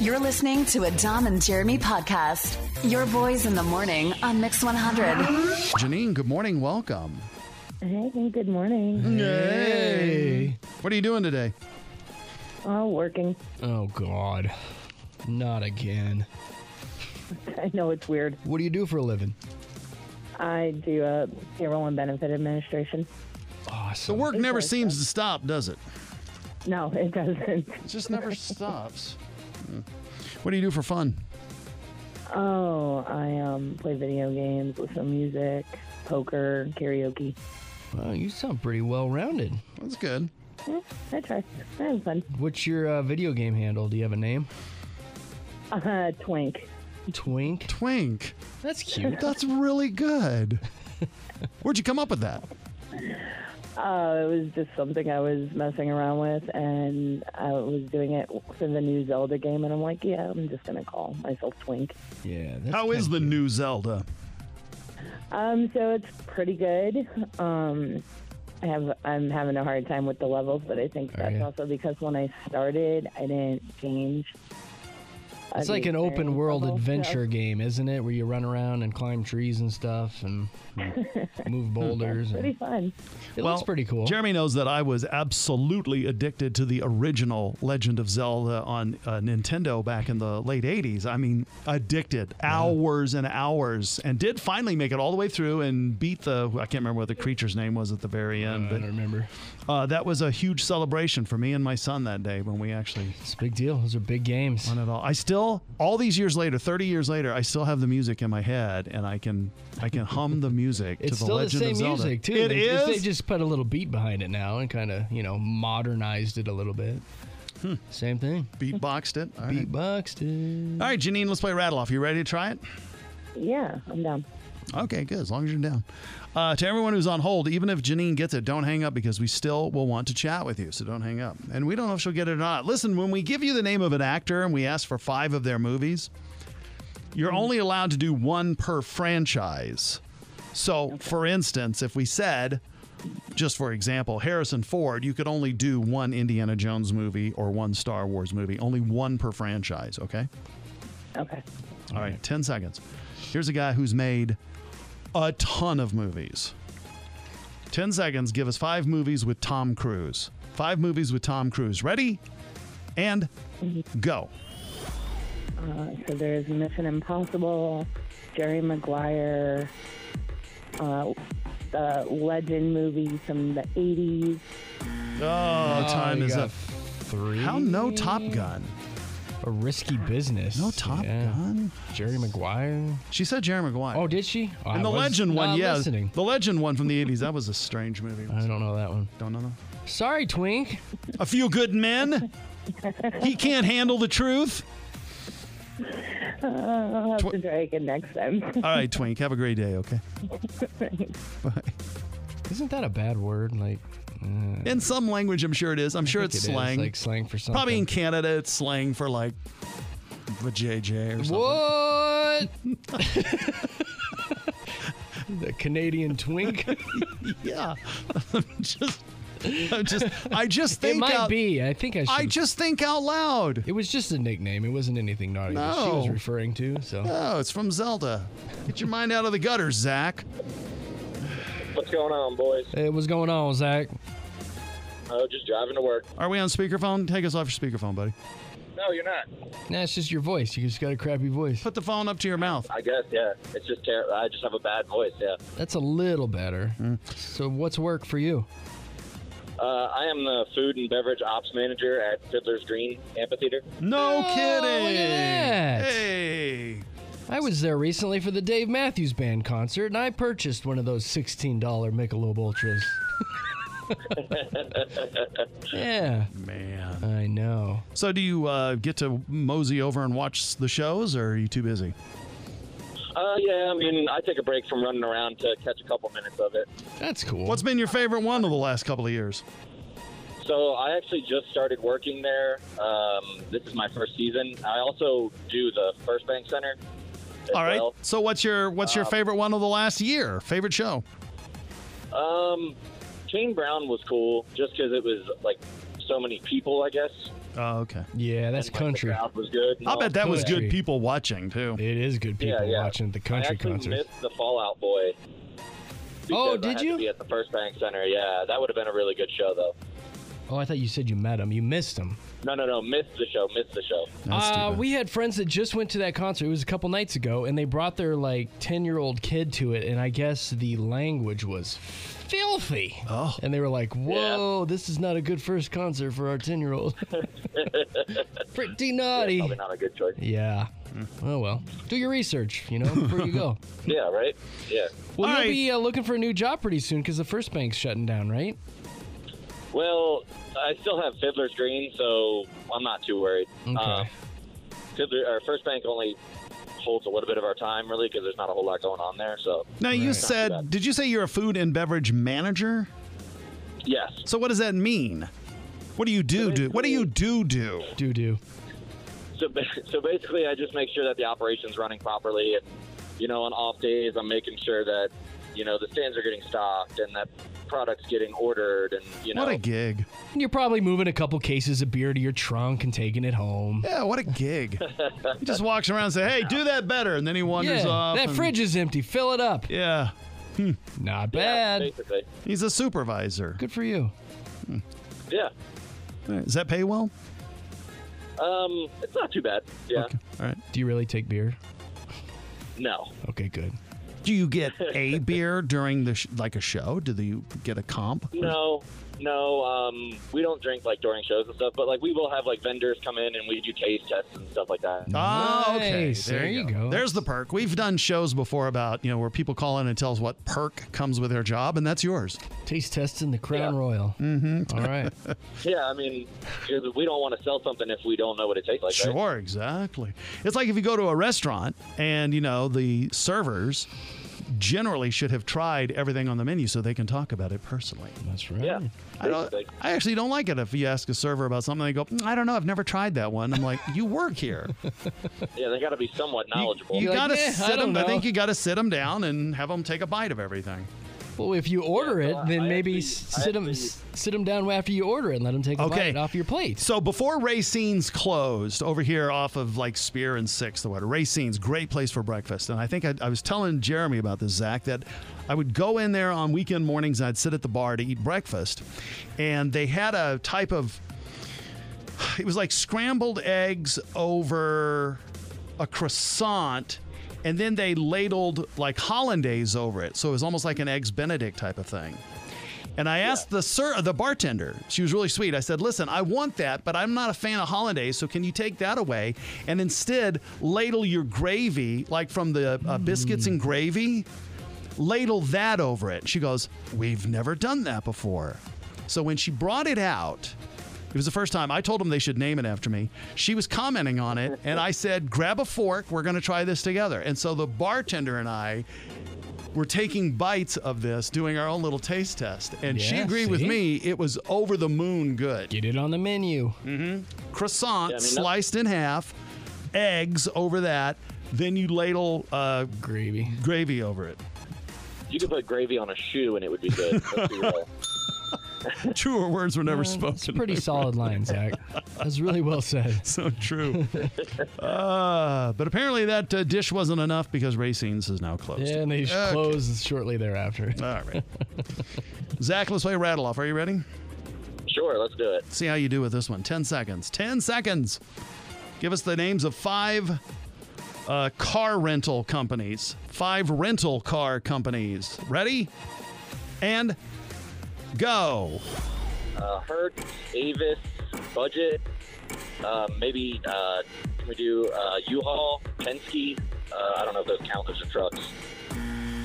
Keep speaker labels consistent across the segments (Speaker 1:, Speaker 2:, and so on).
Speaker 1: You're listening to a Dom and Jeremy podcast. Your boys in the morning on Mix 100.
Speaker 2: Janine, good morning. Welcome.
Speaker 3: Hey, good morning.
Speaker 2: Hey. What are you doing today?
Speaker 3: Oh, working.
Speaker 4: Oh God, not again.
Speaker 3: I know it's weird.
Speaker 4: What do you do for a living?
Speaker 3: I do a payroll and benefit administration.
Speaker 2: The
Speaker 4: Awesome.
Speaker 2: work never seems to stop, does it?
Speaker 3: No, it doesn't.
Speaker 2: It just never stops. Hmm. What do you do for fun?
Speaker 3: Oh, I um, play video games, listen to music, poker, karaoke.
Speaker 4: Well, you sound pretty well-rounded.
Speaker 2: That's good.
Speaker 3: Yeah, I try. I have fun.
Speaker 4: What's your uh, video game handle? Do you have a name?
Speaker 3: Uh, twink.
Speaker 4: Twink.
Speaker 2: Twink.
Speaker 4: That's cute.
Speaker 2: That's really good. Where'd you come up with that?
Speaker 3: Uh, it was just something I was messing around with, and I was doing it for the new Zelda game, and I'm like, yeah, I'm just going to call myself Twink.
Speaker 4: Yeah. That's
Speaker 2: How is
Speaker 4: kinda
Speaker 2: the
Speaker 4: cute.
Speaker 2: new Zelda?
Speaker 3: Um, so it's pretty good. Um, I have I'm having a hard time with the levels, but I think that's
Speaker 4: yeah.
Speaker 3: also because when I started, I didn't change. uh,
Speaker 4: It's
Speaker 3: the
Speaker 4: like an open
Speaker 3: experience
Speaker 4: world
Speaker 3: level.
Speaker 4: adventure game, isn't it? Where you run around and climb trees and stuff and move boulders.
Speaker 3: So, pretty
Speaker 4: and-
Speaker 3: fun.
Speaker 4: it looks pretty cool.
Speaker 2: Jeremy knows that I was absolutely addicted to the original Legend of Zelda on uh, Nintendo back in the late 80s. I mean, addicted, hours and hours, and did finally make it all the way through and beat the, I can't remember what the creature's name was at the very end,
Speaker 4: I don't remember.
Speaker 2: but uh, that was a huge celebration for me and my son that day when we actually
Speaker 4: It's a big deal. Those are big games.
Speaker 2: won it all. I still, all these years later, 30 years later, I still have the music in my head and I can I can hum the music to
Speaker 4: It's
Speaker 2: the
Speaker 4: still the
Speaker 2: Legend
Speaker 4: same
Speaker 2: of Zelda.
Speaker 4: music too.
Speaker 2: It
Speaker 4: they, just- They
Speaker 2: is?
Speaker 4: just put a little beat behind it now and kind of you know modernized it a little bit. Same thing.
Speaker 2: Beatboxed it. Hmm. All right.
Speaker 4: Beatboxed it.
Speaker 2: All right, Janine, let's play Rattle Off. You ready to try it?
Speaker 3: Yeah, I'm down.
Speaker 2: Okay, good. As long as you're down. Uh, to everyone who's on hold, even if Janine gets it, don't hang up because we still will want to chat with you. So don't hang up. And we don't know if she'll get it or not. Listen, when we give you the name of an actor and we ask for five of their movies, you're only allowed to do one per franchise. So, for instance, if we said, just for example, Harrison Ford, you could only do one Indiana Jones movie or one Star Wars movie, only one per franchise, okay?
Speaker 3: Okay.
Speaker 2: All right, 10 seconds. Here's a guy who's made a ton of movies. 10 seconds, give us five movies with Tom Cruise. Five movies with Tom Cruise. Ready? And go.
Speaker 3: Uh, so there's Mission Impossible, Jerry Maguire, uh, the Legend movie from the '80s.
Speaker 2: Oh, time
Speaker 4: you
Speaker 2: is
Speaker 4: got
Speaker 2: up.
Speaker 4: Three.
Speaker 2: How no Top Gun?
Speaker 4: A risky business.
Speaker 2: No Top
Speaker 4: Yeah.
Speaker 2: Gun?
Speaker 4: Jerry Maguire.
Speaker 2: She said Jerry Maguire.
Speaker 4: Oh, did she? Oh, I
Speaker 2: and the
Speaker 4: was
Speaker 2: legend
Speaker 4: not
Speaker 2: one, yeah.
Speaker 4: Listening.
Speaker 2: The legend one from the 80s. That was a strange movie.
Speaker 4: I don't know that one.
Speaker 2: Don't know that.
Speaker 4: Sorry, Twink.
Speaker 2: A Few Good Men? he can't handle the truth?
Speaker 3: I'll have to try again next time.
Speaker 2: All right, Twink, have a great day, okay?
Speaker 4: Isn't that a bad word? Like, uh,
Speaker 2: In some language, I'm sure it is. I'm sure
Speaker 4: I
Speaker 2: it's
Speaker 4: think it is,
Speaker 2: slang.
Speaker 4: like slang for something.
Speaker 2: Probably in Canada, it's slang for like the JJ or something.
Speaker 4: What? the Canadian twink.
Speaker 2: Yeah, I'm just, I'm just, I just think
Speaker 4: it might
Speaker 2: out,
Speaker 4: be. I think I should.
Speaker 2: I just think out loud.
Speaker 4: it was just a nickname. It wasn't anything naughty. that She was
Speaker 2: No.
Speaker 4: referring to. So
Speaker 2: Oh, it's from Zelda. Get your mind out of the gutters, Zach.
Speaker 5: What's going on, boys?
Speaker 4: hey, what's going on, Zach?
Speaker 5: Oh, just driving to work.
Speaker 2: Are we on speakerphone? Take us off your speakerphone, buddy.
Speaker 5: No, you're not.
Speaker 4: Nah, it's just your voice. You just got a crappy voice.
Speaker 2: Put the phone up to your mouth.
Speaker 5: I guess, yeah. It's just terrible. I just have a bad voice, yeah. Mm.
Speaker 4: That's a little better. So, what's work for you?
Speaker 5: Uh, I am the food and beverage ops manager at Fiddler's Green Amphitheater.
Speaker 2: No kidding.
Speaker 4: that.
Speaker 2: Hey.
Speaker 4: I was there recently for the Dave Matthews Band concert, and I purchased one of those $16 Michelob Ultras. yeah.
Speaker 2: Man.
Speaker 4: I know.
Speaker 2: So, do you uh, get to mosey over and watch the shows, or are you too busy?
Speaker 5: Uh, yeah, I mean, I take a break from running around to catch a couple minutes of it.
Speaker 4: That's cool.
Speaker 2: What's been your favorite one of the last couple of years?
Speaker 5: So I actually just started working there. Um, this is my first season. I also do the First Bank Center. as
Speaker 2: All right.
Speaker 5: well.
Speaker 2: So, what's your what's your
Speaker 5: Um,
Speaker 2: favorite one of the last year? Favorite show?
Speaker 5: Um, Kane Brown was cool just because it was like so many people, I guess.
Speaker 2: Oh, okay.
Speaker 4: Yeah, that's country.
Speaker 5: The crowd was good. and
Speaker 2: I
Speaker 5: all.
Speaker 2: bet that was
Speaker 4: Country.
Speaker 2: good people watching too.
Speaker 4: It is good people
Speaker 5: yeah, yeah.
Speaker 4: watching the
Speaker 5: I
Speaker 4: country
Speaker 5: actually
Speaker 4: concert.
Speaker 5: missed the Fallout Boy. because I
Speaker 4: Oh, did
Speaker 5: had to
Speaker 4: you?
Speaker 5: be at the First Bank Center. Yeah, that would have been a really good show though.
Speaker 4: Oh, I thought you said you met him. You missed him.
Speaker 5: No, no, no, missed the show, missed the show.
Speaker 2: That's too
Speaker 4: Uh,
Speaker 2: bad.
Speaker 4: we had friends that just went to that concert. It was a couple nights ago, and they brought their like ten year old kid to it, and I guess the language was filthy.
Speaker 2: Oh.
Speaker 4: And they were like, "Whoa, this is not a good first concert for our ten year old. Pretty naughty."
Speaker 5: Probably not a good choice.
Speaker 4: Yeah.
Speaker 2: Hmm.
Speaker 4: Oh well. Do your research, you know, before you go.
Speaker 5: Yeah, right. Yeah.
Speaker 4: Well,
Speaker 2: All
Speaker 4: you'll
Speaker 2: right.
Speaker 4: be uh, looking for a new job pretty soon because the first bank's shutting down, right?
Speaker 5: Well, I still have Fiddler's Green, so I'm not too worried.
Speaker 4: Okay.
Speaker 5: Uh, Fiddler, or First Bank only holds a little bit of our time, really, because there's not a whole lot going on there. So,
Speaker 2: Now you
Speaker 4: Right.
Speaker 2: said, did you say you're a food and beverage manager?
Speaker 5: yes.
Speaker 2: So what does that mean? What do you do? do what do you do? Do
Speaker 4: Do do.
Speaker 5: So, ba- so basically, I just make sure that the operation's running properly, and you know, on off days, I'm making sure that you know the stands are getting stocked and that product's getting ordered, and you know,
Speaker 2: what a gig!
Speaker 4: And you're probably moving a couple cases of beer to your trunk and taking it home.
Speaker 2: Yeah, what a gig! he just walks around and say, "Hey, do that better," and then he wanders off.
Speaker 4: that
Speaker 2: and-
Speaker 4: fridge is empty. Fill it up.
Speaker 2: Yeah,
Speaker 4: Not
Speaker 5: yeah,
Speaker 4: bad.
Speaker 5: basically,
Speaker 2: he's a supervisor.
Speaker 4: Good for you.
Speaker 2: Hmm.
Speaker 5: yeah.
Speaker 2: Does that pay well?
Speaker 5: Um, it's not too bad. Yeah.
Speaker 2: Okay. All right.
Speaker 4: Do you really take beer?
Speaker 5: No.
Speaker 4: Okay, good.
Speaker 2: Do you get a beer during the sh- like a show? Do you get a comp?
Speaker 5: No, no. Um, we don't drink like during shows and stuff, but like we will have like vendors come in and we do taste tests and stuff like that.
Speaker 2: Oh, okay.
Speaker 4: Nice. There you go.
Speaker 2: There's the perk. We've done shows before about, you know, where people call in and tell us what perk comes with their job, and that's yours.
Speaker 4: Taste testing the Crown Royal. Mm-hmm. All right.
Speaker 5: Yeah, I mean, 'cause we don't want to sell something if we don't know what it tastes like. right?
Speaker 2: Sure, exactly. It's like if you go to a restaurant and, you know, the servers generally should have tried everything on the menu so they can talk about it personally.
Speaker 4: That's right.
Speaker 5: Yeah.
Speaker 2: I, don't,
Speaker 5: basically.
Speaker 2: I actually don't like it if you ask a server about something, they go, "Mm, I don't know, I've never tried that one. I'm like, you work here.
Speaker 5: Yeah, they got to be somewhat knowledgeable.
Speaker 2: You
Speaker 4: like,
Speaker 2: gotta
Speaker 4: "Yeah, I
Speaker 2: sit
Speaker 4: don't
Speaker 2: them. I
Speaker 4: know."
Speaker 2: think you gotta sit them down and have them take a bite of everything.
Speaker 4: Well, if you order
Speaker 5: Yeah,
Speaker 4: it,
Speaker 5: so
Speaker 4: then
Speaker 5: I
Speaker 4: maybe
Speaker 5: actually- I
Speaker 4: sit them
Speaker 5: actually-
Speaker 4: sit them down after you order it and let them take a
Speaker 2: Okay.
Speaker 4: bite off your plate.
Speaker 2: So before Racine's closed over here off of like Spear and Sixth or whatever, Racine's great place for breakfast. And I think I, I was telling Jeremy about this, Zach, that I would go in there on weekend mornings and I'd sit at the bar to eat breakfast. And they had a type of, it was like scrambled eggs over a croissant. And then they ladled like hollandaise over it. So it was almost like an eggs Benedict type of thing. And I asked the sir, the bartender. She was really sweet. I said, "Listen, I want that, but I'm not a fan of hollandaise. So can you take that away and instead ladle your gravy, like from the uh, biscuits and gravy, ladle that over it?" She goes, "We've never done that before." So when she brought it out, it was the first time I told them they should name it after me. She was commenting on it, and I said, "Grab a fork. We're going to try this together." And so the bartender and I we're taking bites of this, doing our own little taste test. And she
Speaker 4: Yeah,
Speaker 2: agreed with
Speaker 4: see?
Speaker 2: me. It was over the moon good.
Speaker 4: Get it on the menu.
Speaker 2: Mm. Croissant
Speaker 5: Yeah, I mean, that-
Speaker 2: sliced in half, eggs over that, then you ladle uh,
Speaker 4: Gravy.
Speaker 2: gravy over it.
Speaker 5: You could put gravy on a shoe and it would be good. Let's be real.
Speaker 2: Truer words were never
Speaker 4: It's a
Speaker 2: spoken.
Speaker 4: pretty solid line, Zach. That's really well said.
Speaker 2: so true. uh, but apparently that uh, dish wasn't enough because Racine's is now closed.
Speaker 4: Yeah, and they
Speaker 2: Okay. Uh,
Speaker 4: close shortly thereafter.
Speaker 2: All right. Zach, let's play Rattle Off. Are you ready?
Speaker 5: Sure, let's do it.
Speaker 2: See how you do with this one. 10 seconds. 10 seconds. Give us the names of five uh, car rental companies. Five rental car companies. Ready? And go.
Speaker 5: Uh, Hertz, Avis, Budget, uh, maybe uh, can we do uh, U-Haul, Penske? Uh, I don't know if those count as are trucks.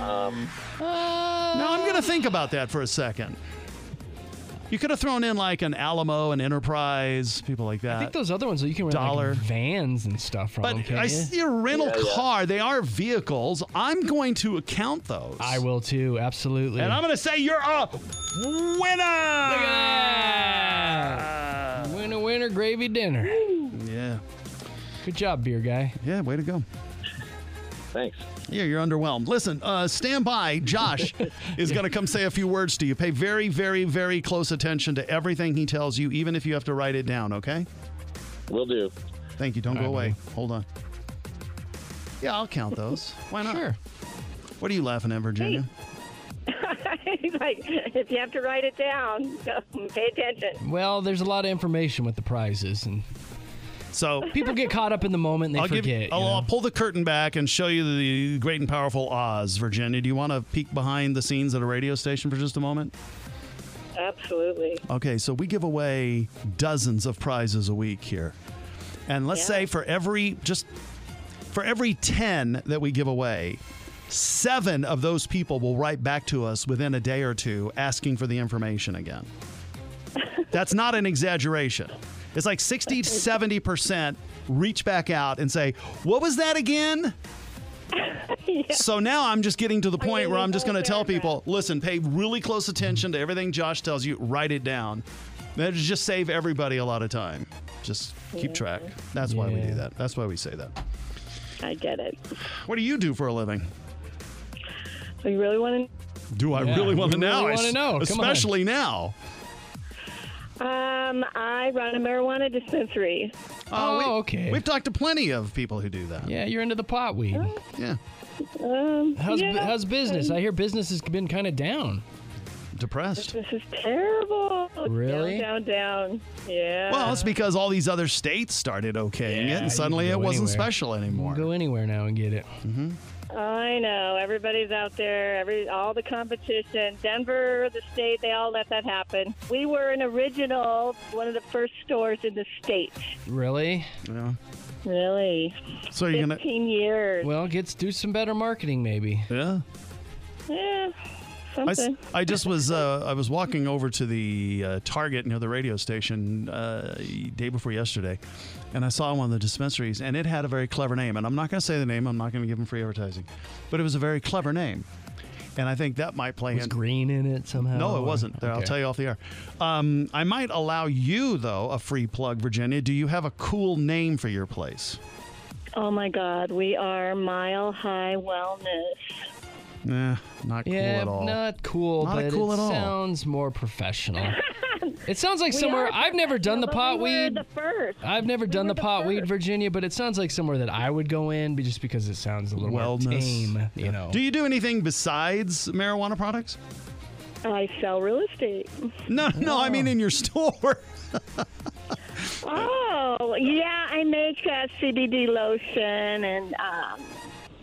Speaker 5: Um,
Speaker 2: Now I'm going to think about that for a second. You could have thrown in like an Alamo, an Enterprise, people like that.
Speaker 4: I think those other ones you can rent
Speaker 2: Dollar.
Speaker 4: like vans and stuff from.
Speaker 2: but
Speaker 4: them, can't
Speaker 2: I
Speaker 4: you?
Speaker 2: see a rental car. They are vehicles. I'm going to account those.
Speaker 4: I will too, absolutely.
Speaker 2: And I'm going to say you're a winner.
Speaker 4: Winner, winner, gravy dinner.
Speaker 2: Yeah.
Speaker 4: Good job, beer guy.
Speaker 2: Yeah, way to go.
Speaker 5: Thanks.
Speaker 2: Yeah, you're underwhelmed. Listen, uh, stand by. Josh is going to come say a few words to you. Pay very, very, very close attention to everything he tells you, even if you have to write it down, okay?
Speaker 5: Will do.
Speaker 2: Thank you. Don't
Speaker 5: All
Speaker 2: go
Speaker 5: right,
Speaker 2: away. Hold on. Yeah, I'll count those. Why not? Sure. What are you laughing at, Virginia?
Speaker 6: like, if you have to write it down, pay attention.
Speaker 4: Well, there's a lot of information with the prizes, and
Speaker 2: so
Speaker 4: people get caught up in the moment. And they
Speaker 2: I'll
Speaker 4: forget.
Speaker 2: give you, I'll, I'll pull the curtain back and show you the great and powerful Oz, Virginia. Do you want to peek behind the scenes at a radio station for just a moment?
Speaker 6: Absolutely.
Speaker 2: Okay, so we give away dozens of prizes a week here. And let's say for every just for every 10 that we give away, 7 of those people will write back to us within a day or two asking for the information again. That's not an exaggeration. It's like 60 to 70% reach back out and say, "What was that again?" So now I'm just getting to the point where I'm just going to tell people, listen, pay really close attention to everything Josh tells you, write it down. That'll just save everybody a lot of time. Just keep
Speaker 6: Yeah.
Speaker 2: track. That's why we do that. That's why we say that.
Speaker 6: I get it.
Speaker 2: What do you do for a living?
Speaker 6: So you really want
Speaker 2: Do I
Speaker 4: Yeah,
Speaker 2: really want to
Speaker 4: we really
Speaker 2: know? I
Speaker 4: wanna
Speaker 2: s-
Speaker 4: know. Come on.
Speaker 2: Especially now.
Speaker 6: to? Um, I run a marijuana dispensary.
Speaker 2: Uh, we- We've talked to plenty of people who do that.
Speaker 4: Oh, Yeah, you're into the pot weed.
Speaker 2: Yeah.
Speaker 6: Um,
Speaker 4: How's, bu-
Speaker 6: Oh, yeah.
Speaker 4: how's business? I hear business has been kind of down.
Speaker 2: Depressed.
Speaker 6: This is terrible.
Speaker 4: Really?
Speaker 6: Down, down, down. Yeah.
Speaker 2: Well, it's because all these other states started okaying it, and suddenly it wasn't special anymore.
Speaker 4: go anywhere now and get it.
Speaker 2: Mm-hmm.
Speaker 6: I know everybody's out there. Every all the competition, Denver, the state, they all let that happen. We were an original, one of the first stores in the state.
Speaker 4: Really?
Speaker 2: Yeah.
Speaker 6: Really.
Speaker 2: So
Speaker 4: you're
Speaker 6: gonna- 15 years.
Speaker 4: Well, gets do some better marketing maybe.
Speaker 2: Yeah.
Speaker 6: Yeah.
Speaker 2: I, s-
Speaker 6: Something.
Speaker 2: I just was uh, I was walking over to the uh, Target near the radio station uh, day before yesterday, and I saw one of the dispensaries, and it had a very clever name. And I'm not going to say the name. I'm not going to give them free advertising, but it was a very clever name, and I think that might play
Speaker 4: Was
Speaker 2: in.
Speaker 4: green in it somehow?
Speaker 2: No, it
Speaker 4: or-
Speaker 2: wasn't. There, I'll
Speaker 4: Oh, Okay.
Speaker 2: tell you off the air. Um, I might allow you though a free plug, Virginia. Do you have a cool name for your place?
Speaker 6: Oh my God, we are Mile High Wellness.
Speaker 2: Nah, not cool
Speaker 4: Yeah,
Speaker 2: at all.
Speaker 4: not cool,
Speaker 2: Not
Speaker 4: but
Speaker 2: cool
Speaker 4: it
Speaker 2: at all.
Speaker 4: sounds more professional. it sounds like
Speaker 6: We
Speaker 4: somewhere
Speaker 6: are
Speaker 4: I've never done the
Speaker 6: professional,
Speaker 4: pot
Speaker 6: but we were
Speaker 4: weed.
Speaker 6: The first.
Speaker 4: I've never done the pot weed, Virginia, but it sounds like somewhere that I would go in, be- just because it sounds a little
Speaker 2: Wellness.
Speaker 4: more tame, you know.
Speaker 2: Do you do anything besides marijuana products?
Speaker 6: I sell real estate.
Speaker 2: No, no, I mean in your store.
Speaker 6: Oh yeah, I make uh, CBD lotion and um,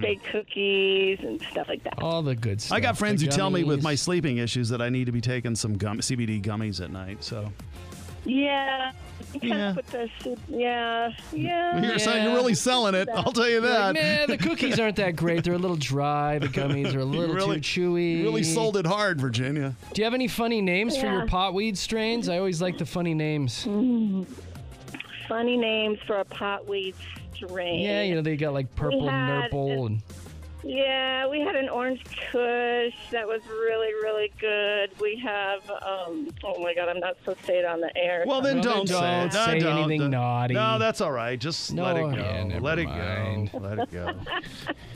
Speaker 6: baked cookies and stuff like that.
Speaker 4: All the good stuff.
Speaker 2: I got friends
Speaker 4: The
Speaker 2: who tell me with my
Speaker 4: gummies.
Speaker 2: sleeping issues that I need to be taking some gum, CBD gummies at night. So
Speaker 6: Yeah. You kind
Speaker 2: Yeah.
Speaker 6: of put the soup- yeah, yeah.
Speaker 2: You're sell- you're really selling it. I'll tell you
Speaker 4: You're
Speaker 2: that.
Speaker 4: like, nah, the cookies aren't that great. They're a little dry. The gummies are
Speaker 2: You
Speaker 4: a little
Speaker 2: really-
Speaker 4: too chewy.
Speaker 2: you really sold it hard, Virginia.
Speaker 4: Do you have any funny names for your
Speaker 6: Yeah.
Speaker 4: potweed strains? I always like the funny names.
Speaker 6: Funny names for a potweed strain.
Speaker 4: Yeah, you know they got like purple and
Speaker 6: had
Speaker 4: nurple and
Speaker 6: Yeah, we had an orange kush that was really, really good. We have, um, oh my God, I'm not supposed to say it on the air.
Speaker 2: Well, then don't,
Speaker 4: don't
Speaker 2: say, it. No,
Speaker 4: say
Speaker 2: don't.
Speaker 4: anything naughty.
Speaker 2: No, that's all right. Just
Speaker 4: No,
Speaker 2: let it go.
Speaker 4: yeah, never
Speaker 2: let it
Speaker 4: mind.
Speaker 2: go. Let it go.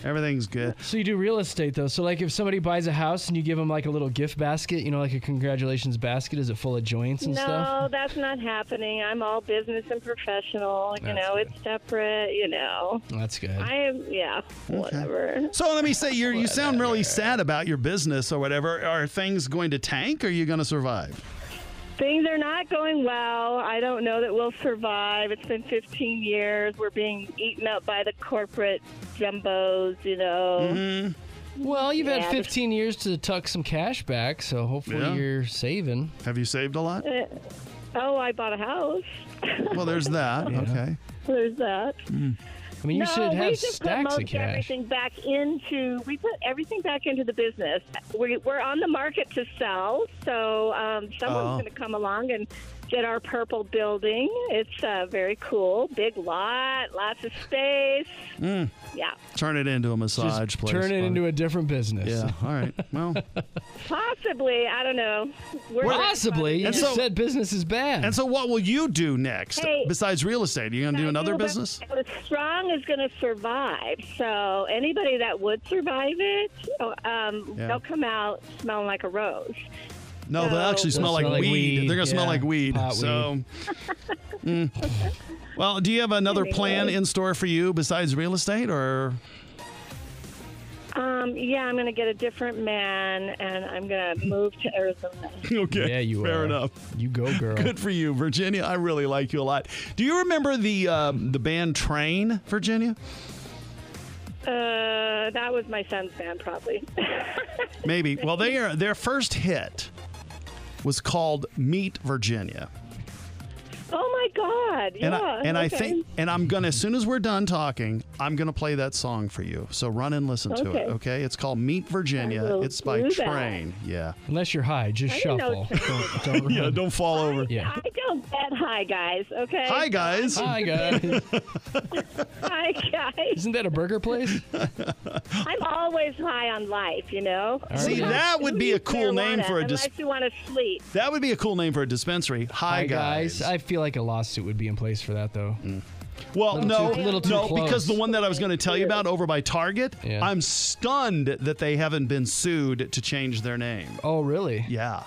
Speaker 2: Everything's good.
Speaker 4: So you do real estate though. So like if somebody buys a house and you give them like a little gift basket, you know, like a congratulations basket, is it full of joints and
Speaker 6: no,
Speaker 4: stuff?
Speaker 6: that's not happening. I'm all business and professional. You
Speaker 4: That's
Speaker 6: know, it's separate. You know,
Speaker 4: That's good.
Speaker 6: I am. Yeah, whatever.
Speaker 2: So let me say, you you sound really sad about your business or whatever. Are things going to tank? or Are you going to survive?
Speaker 6: Things are not going well. I don't know that we'll survive. It's been 15 years. We're being eaten up by the corporate jumbos, you know.
Speaker 4: Mm-hmm. Well, you've
Speaker 6: Yeah,
Speaker 4: had
Speaker 6: the-
Speaker 4: 15 years to tuck some cash back, so hopefully
Speaker 2: Yeah.
Speaker 4: you're saving.
Speaker 2: Have you saved a lot?
Speaker 6: Eh, Oh, I bought a house.
Speaker 2: Well, there's that. Okay.
Speaker 6: There's that.
Speaker 4: I mean, you
Speaker 6: no,
Speaker 4: should
Speaker 6: we
Speaker 4: have
Speaker 6: should
Speaker 4: stacks
Speaker 6: promote
Speaker 4: of cash.
Speaker 6: everything back into. We put everything back into the business. We, we're on the market to sell, so um, someone's
Speaker 7: Oh.
Speaker 6: going to come along and get our purple building. It's uh, very cool, big lot, lots of space.
Speaker 2: Mm.
Speaker 6: Yeah,
Speaker 2: Turn it into a massage
Speaker 4: Just
Speaker 2: place.
Speaker 4: turn it
Speaker 2: buddy.
Speaker 4: into a different business.
Speaker 2: Yeah. All right. Well.
Speaker 6: possibly. I don't know. We're
Speaker 4: Possibly. You
Speaker 2: And
Speaker 4: just
Speaker 2: so-
Speaker 4: said business is bad.
Speaker 2: And so, what will you do next
Speaker 6: Hey.
Speaker 2: besides real estate? Are you going to do another
Speaker 6: But
Speaker 2: business?
Speaker 6: The strong is going to survive. So anybody that would survive it, oh, um,
Speaker 2: Yeah.
Speaker 6: they'll come out smelling like a rose.
Speaker 2: No, they'll actually
Speaker 4: They'll
Speaker 2: smell like,
Speaker 4: smell like
Speaker 2: weed.
Speaker 4: weed,
Speaker 2: They're going to smell
Speaker 4: yeah,
Speaker 2: like weed.
Speaker 4: pot
Speaker 2: so, Mm. well, do you have another plan in store for you besides real estate, or
Speaker 6: Um, yeah, I'm going to get a different man, and I'm going to move to Arizona.
Speaker 2: okay? Yeah, you fair enough.
Speaker 4: You go, girl.
Speaker 2: Good for you, Virginia. I really like you a lot. Do you remember the um, the band Train, Virginia?
Speaker 6: Uh, that was my son's band, probably.
Speaker 2: Maybe. Well, they are, their first hit was called Meet Virginia.
Speaker 6: oh my God!
Speaker 2: And,
Speaker 6: yeah,
Speaker 2: I, and I
Speaker 6: okay.
Speaker 2: think, and I'm going to, as soon as we're done talking, I'm going to play that song for you. So run and listen to
Speaker 6: Okay.
Speaker 2: it, okay? It's called Meet Virginia.
Speaker 6: will
Speaker 2: It's by
Speaker 6: do that.
Speaker 2: Train. Yeah.
Speaker 4: Unless you're high, just
Speaker 6: I didn't know
Speaker 4: shuffle. Don't, don't
Speaker 2: Yeah,
Speaker 4: run.
Speaker 2: don't fall over.
Speaker 4: Yeah.
Speaker 6: I don't get hi guys. Okay.
Speaker 2: Hi, guys.
Speaker 4: Hi, guys.
Speaker 6: Hi guys.
Speaker 4: Isn't that a burger place?
Speaker 6: I'm always high on life, you know.
Speaker 2: See, that would be a cool name
Speaker 6: Marijuana,
Speaker 2: for a
Speaker 6: unless
Speaker 2: dis-
Speaker 6: you want to sleep.
Speaker 2: That would be a cool name for a dispensary. Hi,
Speaker 4: Hi, guys. I feel like a lawsuit would be in place for that, though.
Speaker 2: Well,
Speaker 4: Little
Speaker 2: no,
Speaker 4: too- little too
Speaker 2: no,
Speaker 4: close.
Speaker 2: because the one that I was going to tell you about over by Target,
Speaker 4: Yeah.
Speaker 2: I'm stunned that they haven't been sued to change their name.
Speaker 4: Oh, really?
Speaker 2: Yeah,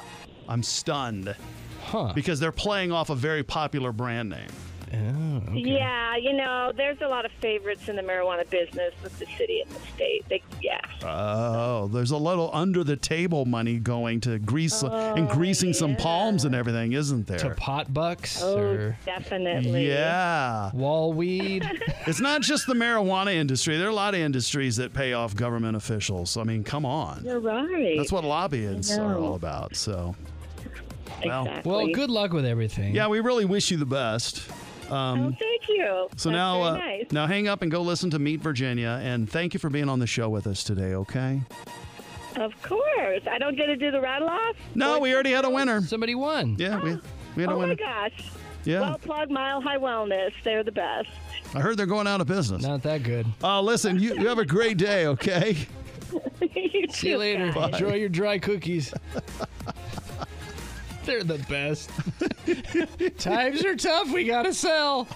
Speaker 2: I'm stunned
Speaker 4: Huh.
Speaker 2: because they're playing off a very popular brand name.
Speaker 4: Oh, okay.
Speaker 6: Yeah, you know, there's a lot of favorites in the marijuana business with the city and the state. They, yeah.
Speaker 2: Oh, there's a little under the table money going to grease and greasing some palms and everything, isn't there?
Speaker 4: To pot bucks
Speaker 6: Oh,
Speaker 4: or
Speaker 6: definitely.
Speaker 2: Yeah.
Speaker 4: wall weed?
Speaker 2: It's not just the marijuana industry. There are a lot of industries that pay off government officials. I mean, come on.
Speaker 6: You're right.
Speaker 2: That's what lobbyists
Speaker 6: I
Speaker 2: are
Speaker 6: know.
Speaker 2: all about. So, well,
Speaker 6: Exactly.
Speaker 4: Well, good luck with everything.
Speaker 2: yeah, we really wish you the best. Um,
Speaker 6: Thank you.
Speaker 2: so
Speaker 6: That's
Speaker 2: now,
Speaker 6: very
Speaker 2: uh,
Speaker 6: nice.
Speaker 2: now hang up and go listen to Meet Virginia. And thank you for being on the show with us today. Okay?
Speaker 6: Of course. I don't get to do the rattle off.
Speaker 2: No, we already had a winner.
Speaker 4: Somebody won.
Speaker 2: Yeah, we we had a
Speaker 6: oh my
Speaker 2: winner.
Speaker 6: gosh.
Speaker 2: Yeah.
Speaker 6: Well, plug Mile High Wellness. They're the best.
Speaker 2: I heard they're going out of business.
Speaker 4: Not that good.
Speaker 2: Uh, listen, you, you have a great day. Okay?
Speaker 6: You
Speaker 4: See you
Speaker 6: too,
Speaker 4: later.
Speaker 6: guys.
Speaker 4: Enjoy your dry cookies. They're the best. Times are tough. We got to sell.